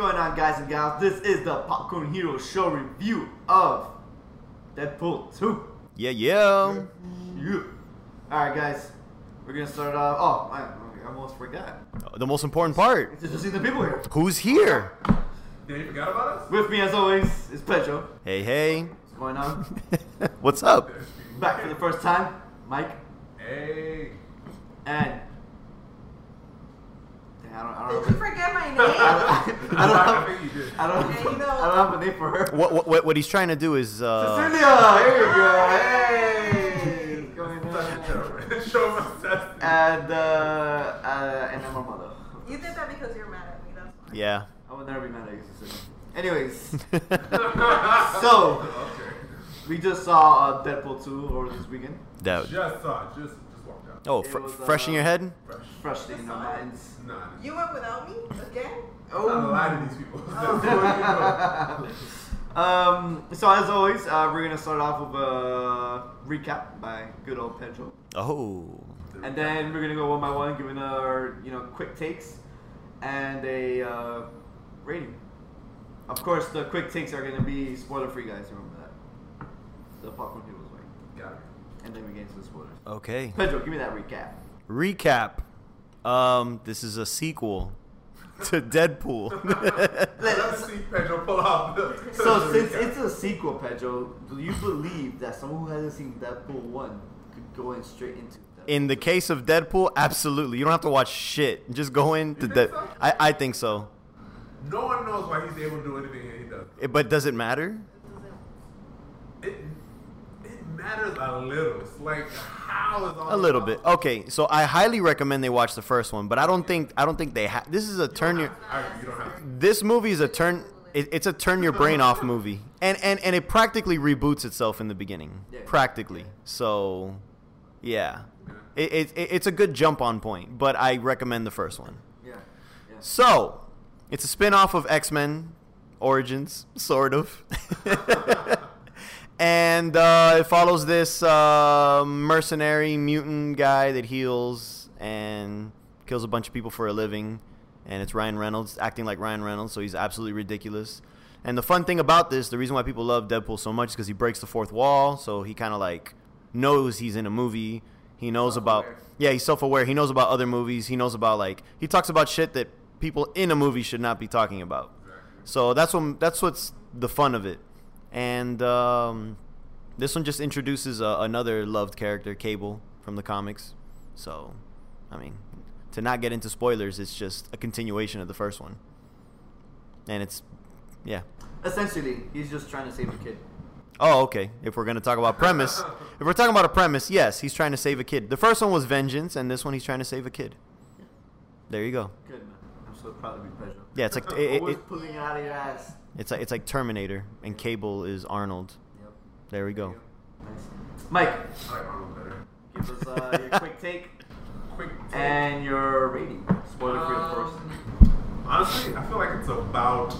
on, guys and gals? This is the Popcorn Hero Show review of Deadpool 2. Yeah, yeah. Yeah. Alright, guys. We're gonna start off. Oh, I, I almost forgot. The most important part. It's just seeing the people here. Who's here? Dude, you forgot about us? With me, as always, is Pedro. Hey, hey. What's going on? What's up? Back for the first time, Mike. Hey. And. Dang, I don't, I don't Did know. you forget my I name? don't, I I, don't I have, think you did. I don't, Yeah, you know. I don't have a name for her. What, what- what, what he's trying to do is. Uh, Cecilia, here you go. Hey, what's going Such a on? joke. Show us that. And uh, uh, and I'm a mother. You did that because you're mad at me. That's why. yeah. I would never be mad at you, Cecilia. Anyways, so Okay. we just saw uh, Deadpool 2 over this weekend. that, Just saw it. Just, just walked out. oh, It fr- was, fresh in uh, your head? Fresh. Fresh in our minds. Nah. You went without me again? I'm not oh. lying to these people. That's what you know. um, so as always, uh, we're gonna start off with a recap by good old Pedro, Oh. and then we're gonna go one by one, giving our you know quick takes and a uh, rating. Of course, the quick takes are gonna be spoiler free, guys. Remember that. The popcorn heroes way, Got it. and then we get into the spoilers. Okay. Pedro, give me that recap. Recap. Um, this is a sequel to Deadpool. Let's see Pedro pull out. the- So the since recap. it's a sequel, Pedro, do you believe that someone who hasn't seen Deadpool one could go in straight into Deadpool? in the case of Deadpool, absolutely. You don't have to watch shit. Just go into think Dead. so? I, I think so. no one knows why he's able to do anything he does. It, but does it matter? It it matters a little. It's like how is all A little bit. Oh, Okay, so I highly recommend they watch the first one, but I don't think I don't think they have. This is a turn your. you don't have. To. This movie is a turn. It, it's a turn your brain off movie, and and and it practically reboots itself in the beginning. Yeah. Practically. So, yeah, Yeah. it, it, it it's a good jump on point, but I recommend the first one. Yeah. yeah. So, it's a spin off of X Men Origins, sort of. and uh, it follows this uh, mercenary mutant guy that heals and kills a bunch of people for a living. And it's Ryan Reynolds acting like Ryan Reynolds, so he's absolutely ridiculous. And the fun thing about this, the reason why people love Deadpool so much is because he breaks the fourth wall, so he kind of like knows he's in a movie. He knows about Self-aware. yeah, he's self-aware. He knows about other movies. He knows about like he talks about shit that people in a movie should not be talking about. So that's what that's what's the fun of it. And um, this one just introduces uh, another loved character, Cable from the comics. So, I mean, to not get into spoilers, it's just a continuation of the first one. And it's yeah. Essentially, he's just trying to save the kid. Oh, okay. If we're gonna talk about premise, if we're talking about a premise, yes, he's trying to save a kid. The first one was vengeance, and this one he's trying to save a kid. There you go. Good man. I'm so proud of you, Pedro. Yeah, it's like it, it, Always it- pulling it out of your ass. it's like it's like Terminator, and Cable is Arnold. Yep. There we go. Nice. Mike, I like Arnold better. give us uh, your quick take Quick. take. and your rating. Spoiler free, of course. Um, Honestly, I feel like it's about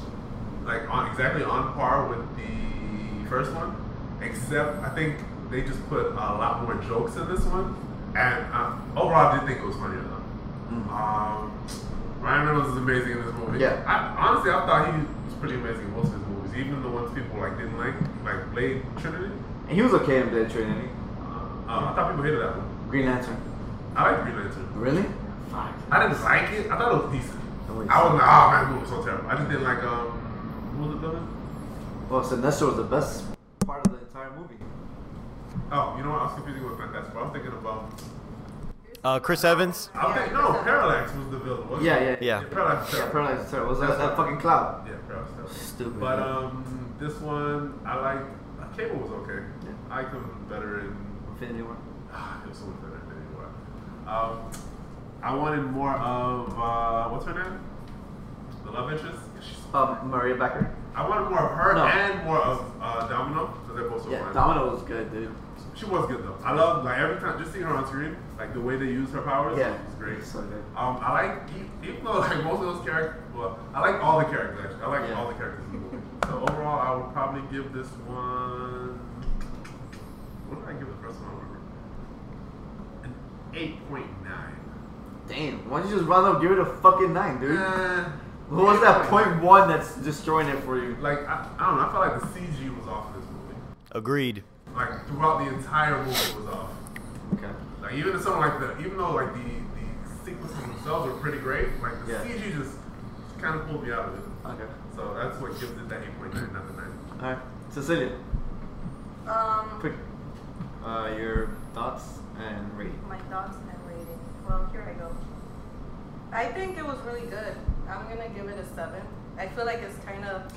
like on exactly on par with the first one, except I think they just put a lot more jokes in this one, and uh, overall I did think it was funnier though. Mm. Um, Ryan Reynolds is amazing in this movie. Yeah. I, honestly, I thought he was pretty amazing in most of his movies, even the ones people like didn't like, like Blade Trinity. And he was okay in Dead Trinity. Uh, uh, I thought people hated that one. Green Lantern. I like Green Lantern. Really? Fuck. I didn't like it. I thought it was decent. It was- I was like, oh man, it was so terrible. I just didn't like um, what was it another? Well, Sinestro was the best part of the entire movie. Oh, you know what? I was confusing with Fantastic. Four. I was thinking about. Uh, Chris Evans. I was thinking, no, Parallax was the villain. Wasn't Yeah, it? yeah, Yeah. yeah. Parallax. Yeah, Yeah, Paralyzed Terror. Was that, that fucking cloud? yeah, Parallax. terrible. Stupid. But um, this one I like. Cable was okay. Yeah. I come better in Infinity War. Ah, it was so much better than anyway. Um, I wanted more of uh, what's her name? The love interest. She's Um, Maria Becker. I wanted more of her No. and more of uh, Domino because they're both so Yeah, fine. Domino was good, dude. She was good though. I love like every time just seeing her on screen, like the way they use her powers. Yeah, it's great. so good. Um, I like e- even though like most of those characters, well, I like all the characters actually. I like Yeah. all the characters. in the movie. so overall, I would probably give this one. What did I give the first one? I don't remember. An eight point nine. Damn, why don't you just run up, give it a fucking nine, dude? Eh, What was that point one that's destroying it for you? Like I, I don't know. I felt like the CG was off in this movie. Agreed. Like throughout the entire movie it was off. Okay. Like even in something like the even though like the the sequences themselves were pretty great, like the Yeah. CG just kind of pulled me out of it. Okay. So that's what gives it that eight point nine, not the nine. All right. Cecilia, Um, quick, uh, your thoughts and rating. my thoughts and rating. Well, here I go. I think it was really good. I'm gonna give it a seven. I feel like it's kind of.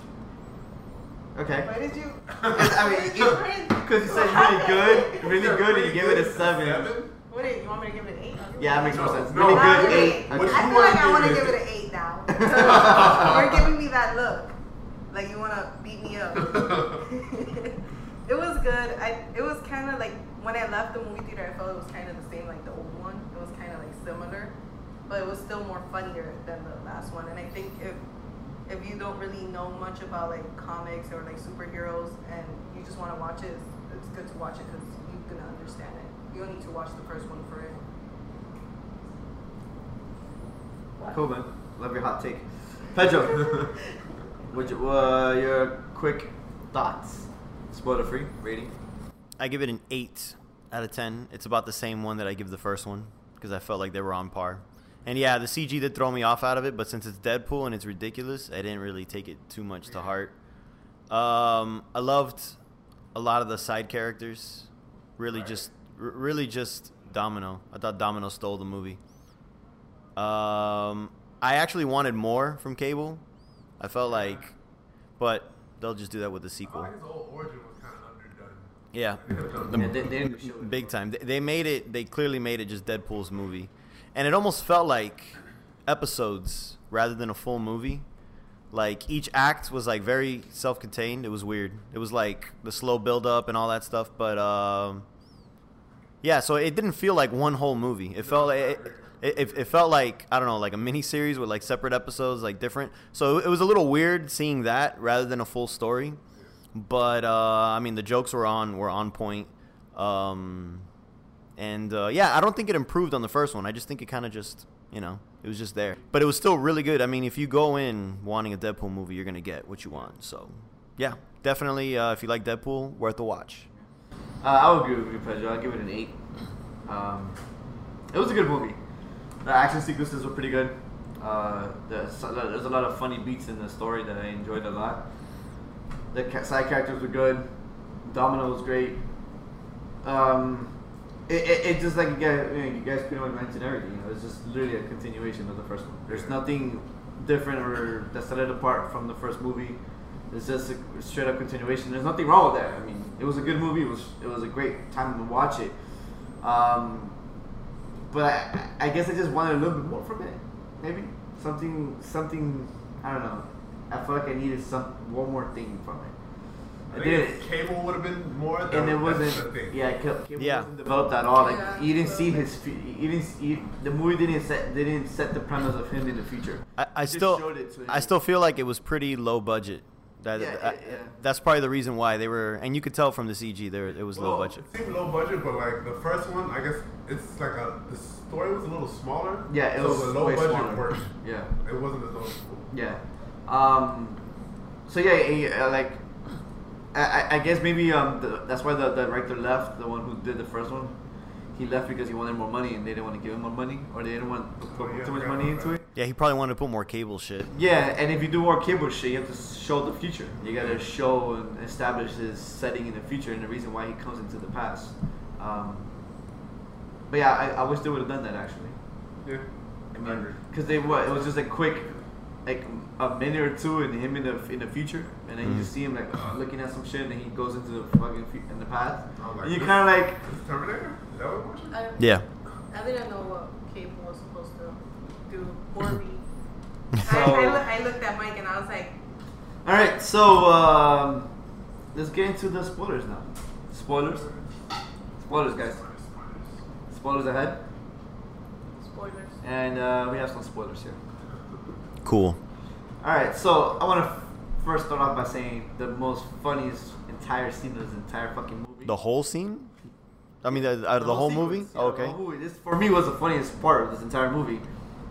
Okay. Why did you? I mean, because you said really good, really good, and you gave it a seven. What did you want me to give it an eight? Yeah, that makes more sense. No, Really I good would- eight. I What Okay. you feel like I wanna want to give give it? it an eight now. So, you're giving me that look, like you want to beat me up. it was good. I it was kind of like when I left the movie theater, I felt it was kind of the same like the old one. It was kind of like similar, but it was still more funnier than the last one. And I think if if you don't really know much about like comics or like superheroes and you just want to watch it, it's good to watch it because you're gonna understand it. You don't need to watch the first one for it. Cool, man. Love your hot take. Pedro, would you, uh, your quick thoughts? Spoiler free rating. I give it an eight out of ten. It's about the same one that I give the first one because I felt like they were on par. And yeah, the CG did throw me off out of it, but since it's Deadpool and it's ridiculous, I didn't really take it too much to heart. Um, I loved a lot of the side characters. Really, Right. just r- really just Domino. I thought Domino stole the movie. Um, I actually wanted more from Cable. I felt like, but they'll just do that with the I feel sequel. like his whole origin was kind of underdone. Yeah. They could have done The- Yeah, they, they didn't show it. Big time. They- They made it. They clearly made it just Deadpool's movie, and it almost felt like episodes rather than a full movie. Like each act was like very self-contained. It was weird. It was like the slow build-up and all that stuff. But um, yeah, so it didn't feel like one whole movie. It felt it, it, it, it felt like I don't know, like a mini series with like separate episodes, like different. So it was a little weird seeing that rather than a full story. But uh, I mean, the jokes were on were on point. Um, and uh, yeah, I don't think it improved on the first one. I just think it kind of just you know it was just there, but it was still really good. I mean, if you go in wanting a Deadpool movie, you're gonna get what you want. So yeah, definitely uh, if you like Deadpool, worth a watch. Uh, I would agree with you, Pedro. I'll give it an eight. Um, it was a good movie. The action sequences were pretty good. Uh, there's, there's a lot of funny beats in the story that I enjoyed a lot. The ca- side characters were good. Domino was great. Um, it, it, it just like you guys, you, know, you guys pretty much mentioned everything. You know, it's just literally a continuation of the first one. There's nothing different or that set it apart from the first movie. It's just a straight up continuation. There's nothing wrong with that. I mean, it was a good movie. It was it was a great time to watch it. Um, but I, I guess I just wanted a little bit more from it. Maybe something something I don't know. I felt like I needed some one more thing from it. I I think did. if Cable would have been more. That, And it that's wasn't, The thing. yeah, it kept- it Yeah. wasn't developed at all. Like Yeah. you didn't see his, fu- you didn't, see, you- the movie didn't set, they didn't set the premise of him in the future. I, I Just still showed it to him. I still feel like it was pretty low budget. That, Yeah, that- yeah, yeah. That's probably the reason why they were, and you could tell from the CG there it was low Well, budget. It seemed low budget, but like the first one, I guess it's like a the story was a little smaller. Yeah, it so was the low way budget smaller. worked. Yeah. It wasn't as noticeable. Yeah. Um, so yeah, yeah, yeah, like I, I- I guess maybe um, the, that's why the, the director left, the one who did the first one. He left because he wanted more money, and they didn't want to give him more money, or they didn't want to put Oh, yeah, too much yeah, money into okay. it. Yeah, he probably wanted to put more cable shit. Yeah, and if you do more cable shit, you have to show the future. You gotta show and establish his setting in the future and the reason why he comes into the past. Um, but yeah, I, I wish they would have done that actually. Yeah. I mean, because they what? It was just a quick, like a minute or two, and him in the in the future, and then you just see him like uh, looking at some shit, and then he goes into the fucking fu- in the past. I was like, and you this- kind of like, Is Terminator? Is that what it was? I, Yeah. I didn't know what Cable was supposed to do for me. So- I, I, look, I looked at Mike and I was like, all right, so um, let's get into the spoilers now. Spoilers, spoilers, guys. Spoilers ahead, spoilers. and uh, we have some spoilers here. Cool. All right, so I want to f- first start off by saying the most funniest entire scene of this entire fucking movie. The whole scene? I mean, the, out of the, whole, movie? sequence, yeah, okay. the whole movie. This for me was the funniest part of this entire movie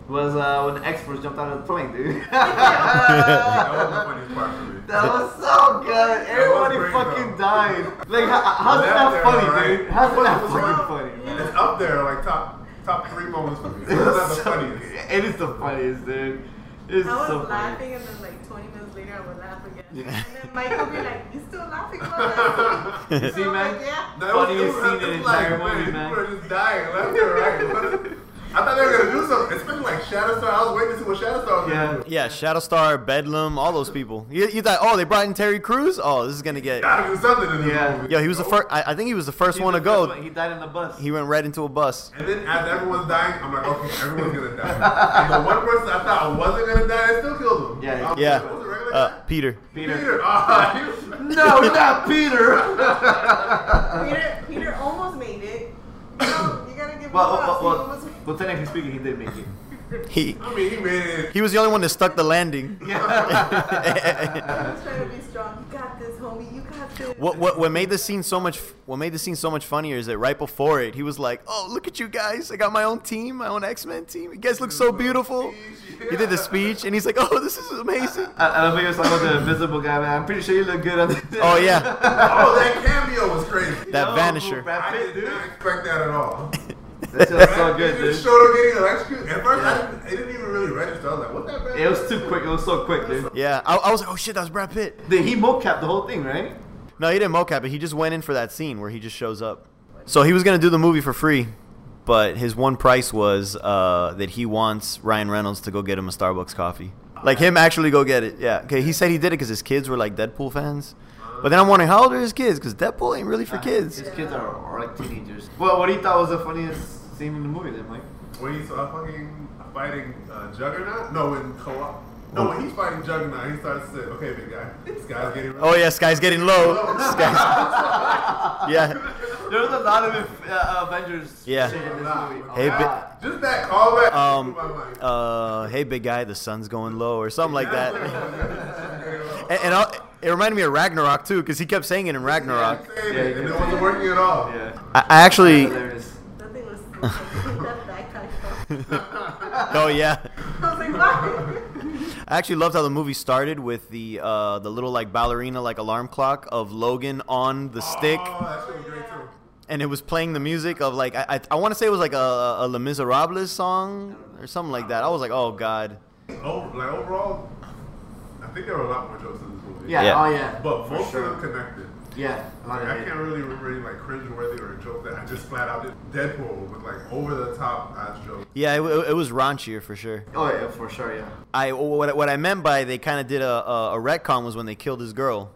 was uh, when the experts jumped out of the plane, dude. That was the funniest part for me. That was so good. Everybody great, fucking though. died. Like, how, how's Left that there, funny, right? dude? How's that What's fucking wrong? funny? man? It's up there, like top top three moments for me. That's the So- funniest. It is the funniest, dude. It's I was so funny. laughing, and then like 20 minutes later, I would laugh again. Yeah. And then Mike would be like, "You still laughing about that?" You So see, I'm man? Like, yeah. That was- Funniest it was- scene in it's the entire like, movie, man, man. People are just dying left and right. What is- I thought they were gonna do something. It's been like Shadowstar. I was waiting to see what Shadowstar was Yeah. gonna do. Yeah, Shadowstar, Bedlam, all those people. You, you thought, oh, they brought in Terry Crews? Oh, this is gonna get. Gotta do something in this Yeah. movie. Yo, he was the first. I, I think he was the first He one to was the first go. one- He died in the bus. He went right into a bus. And then as everyone's dying, I'm like, okay, everyone's gonna die. and the one person I thought I wasn't gonna die, I still killed him. Yeah, I was Yeah, Like, was it regular uh, guy? Peter. Peter. Peter. Ah, he was- No, not Peter. Uh, Peter, Peter almost made it. You, know, you gotta give him Well, props. well, He well, almost made it. well, technically speaking, he did make it. He I mean, he made it. he was the only one that stuck the landing. uh, I was trying to be strong. You got this, homie. You got this. What, what what made the scene so much what made the scene so much funnier is that right before it he was like, "Oh, look at you guys! I got my own team, my own X Men team. You guys look so beautiful." He did the speech and he's like, "Oh, this is amazing." I, I love how you're talking about the invisible guy, man. I'm pretty sure you look good on this. Oh yeah, Oh, that cameo was crazy. that Yo, Vanisher. Brad I Pitt, did dude. not expect that at all. That shit was so Brad Pitt good, just dude. showed up getting electrocuted. At first, Yeah. I didn't, it didn't even really register. I was like, what that Brad It was Pitt? too quick. It was so quick, dude. Yeah, I, I was like, "Oh shit, that was Brad Pitt." Did he mocap the whole thing, right? No, he didn't mocap it. He just went in for that scene where he just shows up. So he was gonna do the movie for free, but his one price was uh, that he wants Ryan Reynolds to go get him a Starbucks coffee. Like him actually go get it. Yeah. Okay. He said he did it because his kids were like Deadpool fans. But then I'm wondering how old are his kids? Because Deadpool ain't really for Uh, kids. His kids are, are like teenagers. Well, what do you thought was the funniest scene in the movie, then, Mike? When he saw fucking fighting uh, Juggernaut? No, when co-op. No, when he's fighting Juggernaut, he starts to say, okay, big guy, this guy's getting Oh yeah, Sky's getting low. Sky's, yeah. There was a lot of uh, Avengers Yeah. shit in this movie. Hey, A bi- lot. ah, Just that callback. Um, blew my mind. Uh, hey, big guy, the sun's going low or something like that. that. And, and i it reminded me of Ragnarok too, because he kept saying it in Ragnarok. Saying Yeah, it, and yeah. it wasn't working at all. Oh, Yeah. I, I actually. Hilarious. That thing was so funny. That backpack. Oh yeah. I was like, why? I actually loved how the movie started with the uh, the little like ballerina like alarm clock of Logan on the stick, Oh, that shit was great too. and it was playing the music of like I I, I want to say it was like a, a Les Miserables song or something like that. I was like, oh god, Oh, like overall, I think there were a lot more jokes in this movie. Yeah, Yeah. Oh yeah. But For most sure. of them connected. Yeah. A lot Like, of I it. can't really remember any like cringeworthy or a joke that I just flat out did. Deadpool with like over the top ass jokes. yeah, it, wa- it was raunchier for sure. Oh yeah, for sure. Yeah. I what I- what I meant by they kind of did a, a a retcon was when they killed his girl.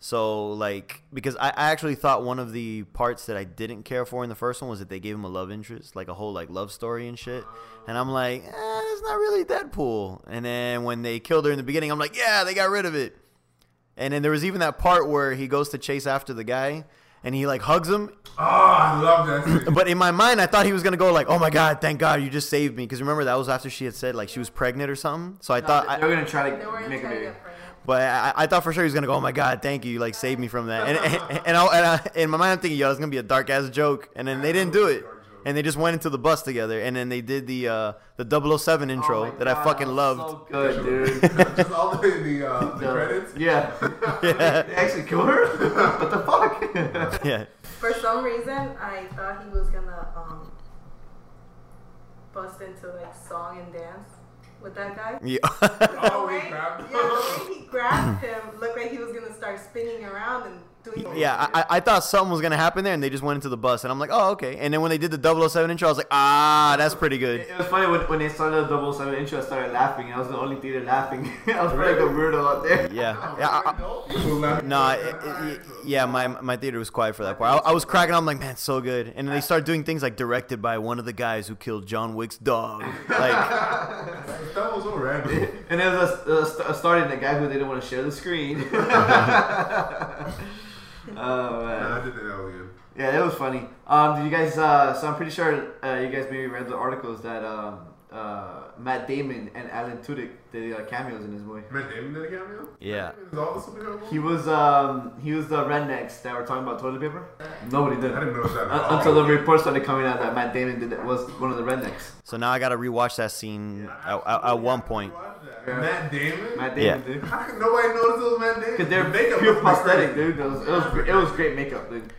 So like because I, I actually thought one of the parts that I didn't care for in the first one was that they gave him a love interest, like a whole like love story and shit. And I'm like, eh, that's not really Deadpool. And then when they killed her in the beginning, I'm like, yeah, they got rid of it. And then there was even that part where he goes to chase after the guy and he like hugs him Oh, I love that scene. but in my mind, I thought he was gonna go like, "Oh my god, thank God you just saved me." Because remember that was after she had said like she was pregnant or something. So I thought, They're Uh, I, gonna try They were to trying make to a baby. get pregnant. but I, I thought for sure he was gonna go, "Oh my god, thank you, you like saved me from that." And and, and, I, and I, in my mind, I'm thinking, "Yo, it's gonna be a dark ass joke," and then they didn't do it. And they just went into the bus together, and then they did the uh, the 007 Oh intro my that I God, fucking was loved. So good, dude. just all the the, uh, the The- credits. Yeah. They actually killed her? what the fuck? yeah, For some reason, I thought he was gonna um, bust into like song and dance with that guy. yeah. Oh, The we way- grabbed him. yeah, the way he grabbed him looked like he was gonna start spinning around and doing. yeah I, I- I thought something was gonna happen there, and they just went into the bus, and I'm like, "Oh, okay." And then when they did the 007 intro, I was like, "Ah, that's pretty good." It was funny when, when they started the double seven intro. I started laughing. I was the only theater laughing. I was like a weirdo out there. Yeah, yeah. I- I- No, No, it, it, it- yeah, my my theater was quiet for that part. I, I was cracking. up, I'm like, man, so good. And then they start doing things like directed by one of the guys who killed John Wick's dog. Like, that was so random. And there was a, a, st- a starting the guy who they didn't want to share the screen. oh Nah, man, I did the alien. yeah, that was funny. Um, did you guys? Uh, so I'm pretty sure uh, you guys maybe read the articles that um, uh, Matt Damon and Alan Tudyk did uh, cameos in this movie. Matt Damon did a cameo? Yeah. Is all the superhero He movies? was um he was the rednecks that were talking about toilet paper. Nobody did. I didn't know that at Un- all. until the reports started coming out that Matt Damon did was one of the rednecks. So now I gotta rewatch that scene at, I at, at absolutely one have to point. watch that. Yeah. Matt Damon? Matt Yeah. Damon did. How come nobody noticed it was Matt Damon? Cause they're The makeup pure was pretty prosthetic, crazy. dude. It was, it was gr- it was great makeup, dude.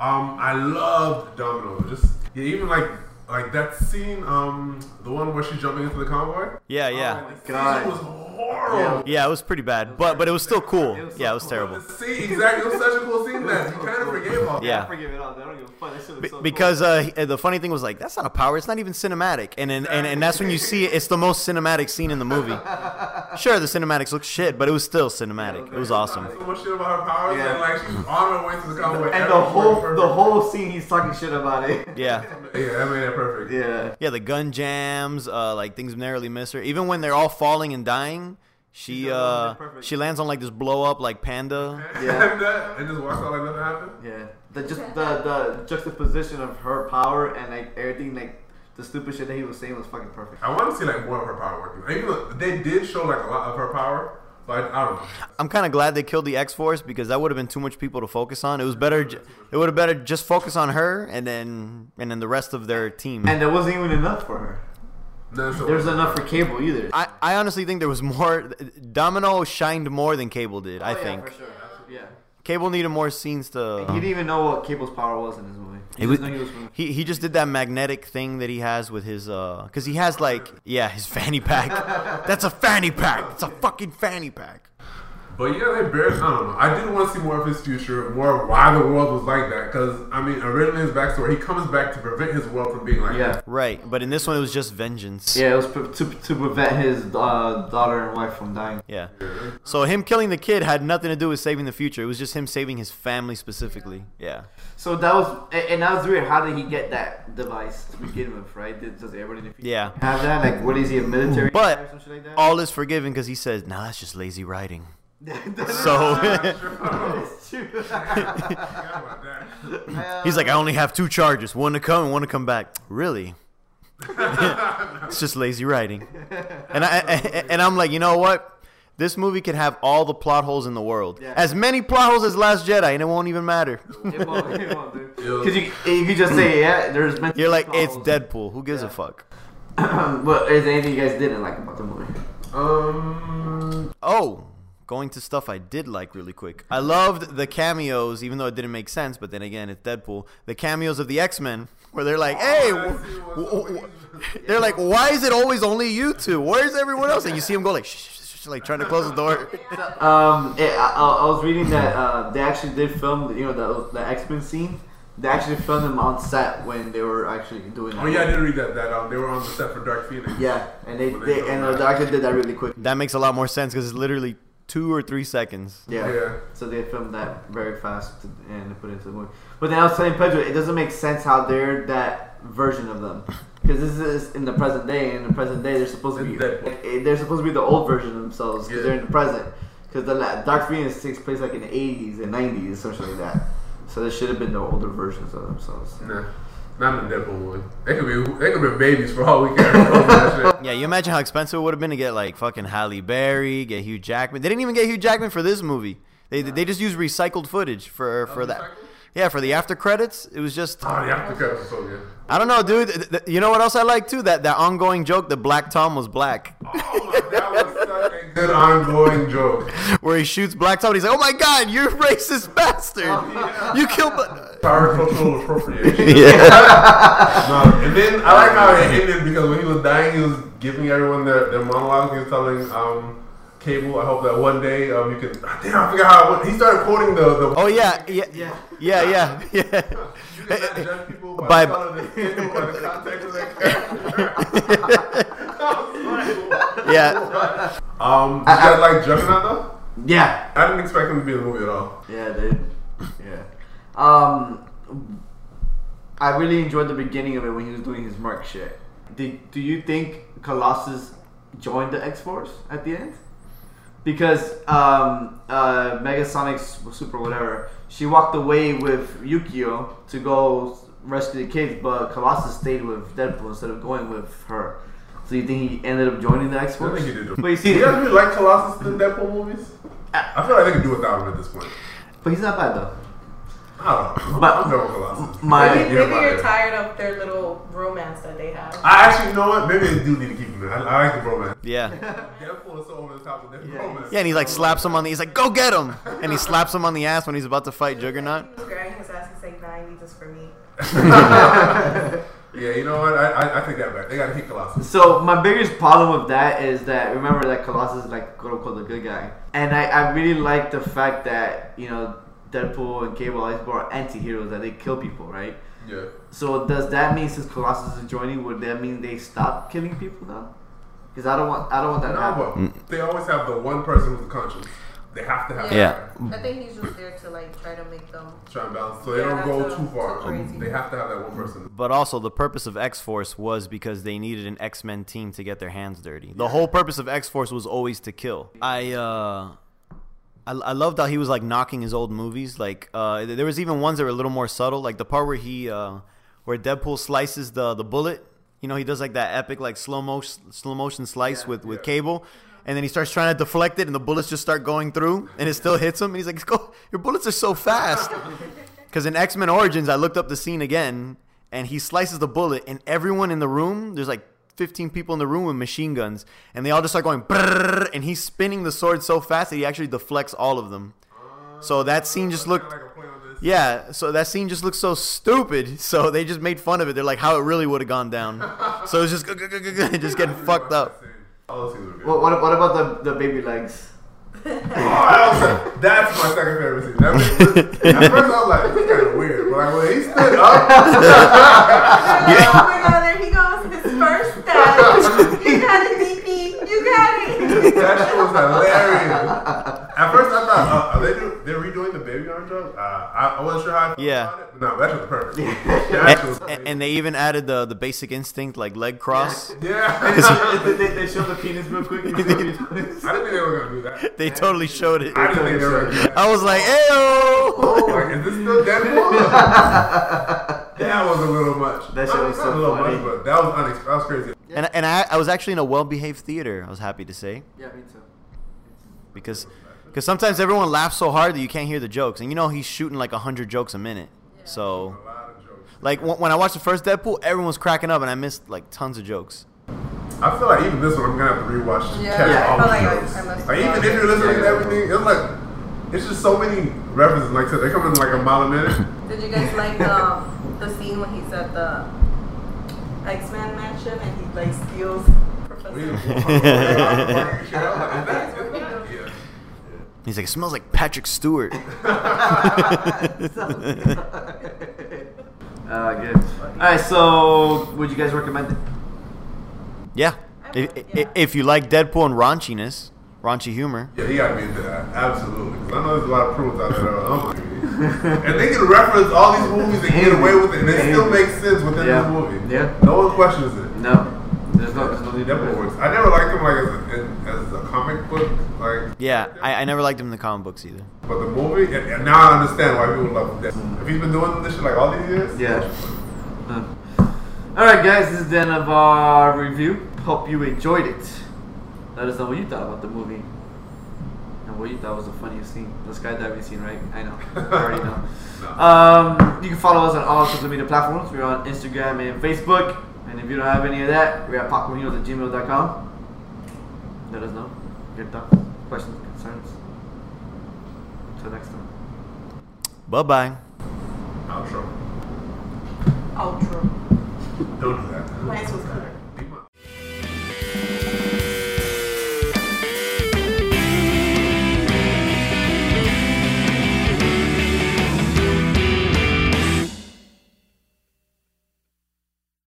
Um, I loved Domino. Just yeah, even like like that scene, um, the one where she's jumping into the convoy. Yeah, Oh yeah, my God. God, was horrible. yeah. It was pretty bad, but but it was still cool. It was Yeah, so it was cool. terrible. The scene, exactly. It was such a cool scene that you kind of forgave all. that. Yeah. I forgive it all. I don't give a fuck. That shit was Be- so cool. because uh, he- the funny thing was like that's not a power it's not even cinematic and and, and and that's when you see it, it's the most cinematic scene in the movie sure the cinematics look shit but it was still cinematic it was awesome So much shit about her powers, Yeah. and like she was on her way to the convoy. and the Everything whole was the whole scene he's talking shit about it. yeah perfect. Yeah, that made it perfect. yeah. yeah the gun jams uh, like things narrowly miss her even when they're all falling and dying she uh she lands on like this blow up like panda Yeah. and, that, and just walks out like nothing happened. Yeah, the just the the juxtaposition of her power and like everything like the stupid shit that he was saying was fucking perfect. I want to see like more of her power working. Even though they did show like a lot of her power, but I don't know. I'm kind of glad they killed the X Force because that would have been too much people to focus on. It was better. ju- It would have better just focus on her and then and then the rest of their team. And there wasn't even enough for her. No, so There was enough for Cable either. I, I honestly think there was more. Domino shined more than Cable did. I think Oh, for sure. Yeah. Cable needed more scenes to. He didn't even know what Cable's power was in this movie. He It was- just knew he was from- he, he just did that magnetic thing that he has with his uh, cause he has like yeah his fanny pack. That's a fanny pack. It's a fucking fanny pack. But yeah, they buried. I don't know. I did want to see more of his future, more of why the world was like that. Because I mean, originally his backstory, he comes back to prevent his world from being like Yeah. that. Right, but in this one it was just vengeance. Yeah, it was pre- to, to prevent his uh, daughter and wife from dying. Yeah. So him killing the kid had nothing to do with saving the future. It was just him saving his family specifically. Yeah. So that was, a- and that was weird. How did he get that device to begin with, right? Did, does everybody in the future Yeah. have that? Like, what is he, a military But- guy or some shit like that? All is forgiven because he says, "Nah, that's just lazy writing." That is- So that's true. I forgot about that. He's like, I only have two charges, one to come and one to come back. Really? it's just lazy writing. And I and I'm like, you know what? This movie could have all the plot holes in the world, Yeah. as many plot holes as Last Jedi, and it won't even matter. It won't, it won't, dude. Yeah. Because you, you could just say, yeah, there's been. You're like, it's problems. Deadpool. Who gives a Yeah. fuck? but is there anything you guys didn't like about the movie? Um, Oh, going to stuff I did like really quick. I loved the cameos, even though it didn't make sense. But then again, it's Deadpool. The cameos of the X Men, where they're like, hey. Oh, I w- see what's w- up w- with you. They're like, why is it always only you two? Where's everyone else? And you see him go like, shh, shh, shh, shh, like trying to close the door. Um, it, I, I I was reading that uh, they actually did film, you know, the, the X Men scene. They actually filmed them on set when they were actually doing. oh yeah, I did read that. That um, they were on the set for Dark Phoenix. Yeah, and they, they and the director did that really quick. That makes a lot more sense because it's literally two or three seconds. Yeah. Yeah. So they filmed that very fast to, and they put it into the movie. But then I was telling Pedro, it doesn't make sense how they're that version of them. Because this is in the present day, and in the present day they're supposed to be eh, Deadpool. they're supposed to be the old version of themselves because Yeah. they're in the present. Because the la- Dark Phoenix takes place like in the 80s and 90s, essentially like that. So they should have been the older versions of themselves. Nah, not in the Deadpool one. They could be, they could be babies for all we care. Over that shit. Yeah, you imagine how expensive it would have been to get like fucking Halle Berry, get Hugh Jackman. They didn't even get Hugh Jackman for this movie. They, they just used recycled footage for for that. Yeah, for the after credits, it was just Oh, the aftercut was so good. I don't know, dude. Th- th- You know what else I like too? That that ongoing joke that Black Tom was black, Oh my, that was such a good ongoing joke. where he shoots Black Tom. and He's like, "Oh my God, you're a racist bastard! You killed." Bla-. Power cultural appropriation. Yeah, No, and then I like how it ended because when he was dying, he was giving everyone their, their monologue. He was telling um, Cable, "I hope that one day um, you can." Ah, Damn, I forgot how. it went. He started quoting the the. Oh yeah, yeah, Yeah. yeah, yeah, yeah. You cannot judge people By- by, the color of their skin or the context of their character. yeah. um, did you guys like Juggernaut though? Yeah. I didn't expect him to be in the movie at all. Yeah, dude. Yeah. Um, I really enjoyed the beginning of it when he was doing his Merc shit. Did, do you think Colossus joined the X Force at the end? Because um, uh, Megasonic S- Super whatever, she walked away with Yukio to go rescue the kids, but Colossus stayed with Deadpool instead of going with her. So you think he ended up joining the X I Force? think he did. But you see, you guys really like Colossus in Deadpool movies? I feel like they could do without him at this point. but he's not bad though. I don't know. But- I'm done with Colossus. my- Yeah, Maybe- Maybe, maybe but- you're tired of their little romance that they have. I actually, you know what? Maybe they do need to keep him in. I, I like the romance. Yeah. Deadpool is so over the top of their Yeah. romance. Yeah, and he like slaps him on the. He's like, "Go get him!" And he slaps him on the ass when he's about to fight Juggernaut. He was grabbing his ass. He's like, nah, I need this for me. Yeah, you know what? I, I, I take that back. They gotta keep Colossus. So my biggest problem with that is that remember that Colossus is like quote unquote the good guy, and I, I really like the fact that you know Deadpool and Cable Iceborne are anti-heroes that they kill people, right? Yeah. So does that mean since Colossus is joining, would that mean they stop killing people now? Because I don't want I don't want that to happen. No, Mm. but they always have the one person who's the conscience. They have to have Yeah. that. guy. I think he's just there to like try to make them. Try and balance. So they Yeah, don't go that's a- too far. too crazy. They have to have that one person. But also, the purpose of X Force was because they needed an X Men team to get their hands dirty. The whole purpose of X Force was always to kill. I uh, I, I loved how he was like knocking his old movies. Like uh, there was even ones that were a little more subtle, like the part where he uh, where Deadpool slices the the bullet. You know, he does like that epic like slow motion slow motion slice Yeah. with with Cable. And then he starts trying to deflect it, and the bullets just start going through, and it still hits him. And he's like, "Go! Your bullets are so fast." Because in X Men Origins, I looked up the scene again, and he slices the bullet, and everyone in the room, there's like 15 people in the room with machine guns, and they all just start going, brrrr, and he's spinning the sword so fast that he actually deflects all of them. So that scene just Kinda looked, like a play on this. yeah, so that scene just looked so stupid. So they just made fun of it. They're like, how it really would have gone down. So it's just, just getting fucked up. All those things were good. What, what, what about the, the baby legs? Oh, I was like, that's my second favorite scene. That was, at first, I was like, this is kind of weird. But like, when he stood up, Oh my god, there he goes. His first step. you got it, DP. You got it. that shit was hilarious. At first, I thought, uh, are they do, they're redoing the baby arm joke? Uh, I, I wasn't sure how I felt Yeah. about it. but No, that shit was perfect. That shit was And, and they even added the, the basic instinct, like leg cross. Yeah. they, they, they show the penis real quick. I didn't think they were going to do that. They totally showed it. I didn't think they were going to do that. I was like, ayo! Oh, like, is this still Deadpool? that was a little much. That shit I mean, was not so a little funny. much, but that was unexpected. That was crazy. And, and I, I was actually in a well behaved theater, I was happy to say. yeah, me too. Because cause sometimes everyone laughs so hard that you can't hear the jokes. And you know, he's shooting like 100 jokes a minute. So, A lot of jokes. like, w- when I watched the first Deadpool, everyone was cracking up and I missed like tons of jokes. I feel like even this one, I'm gonna have to rewatch to Yeah. catch Yeah, I all feel the like I- jokes. I must like have even if you're listening to Yeah. everything, it's like it's just so many references. Like I said, they come in like a mile a minute. Did you guys like um, the scene when he's at the X Men mansion and he like steals We- Professor? Like, shit, I was like, is that- is that- yeah. He's like, it smells like Patrick Stewart. Uh, good. All right, so would you guys recommend it? Yeah. If, if, if you like Deadpool and raunchiness, raunchy humor. Yeah, he gotta be into that. Absolutely. 'Cause I know there's a lot of prunes out there. that are unbelievable. and they can reference all these movies and get away with it, and it still makes sense within Yeah. the movie. Yeah. No one questions it. No, there's no, there's no need Deadpool for it. works. I never liked him like as a, as a comic book like. Yeah, I, I never liked him in the comic books either. But the movie, and, and now I understand why people love that. If he's been doing this shit like all these years, Yeah. Uh. All right, guys, this is the end of our review. Hope you enjoyed it. Let us know what you thought about the movie and what you thought was the funniest scene. The skydiving scene, right? I know. I already know. Um, you can follow us on all social media platforms. We're on Instagram and Facebook. And if you don't have any of that, we're at popcornheroes at gmail.com. Let us know. Your thoughts, questions, concerns. Until next time. Bye bye. outro. Outro. Don't do that. Mine's was better.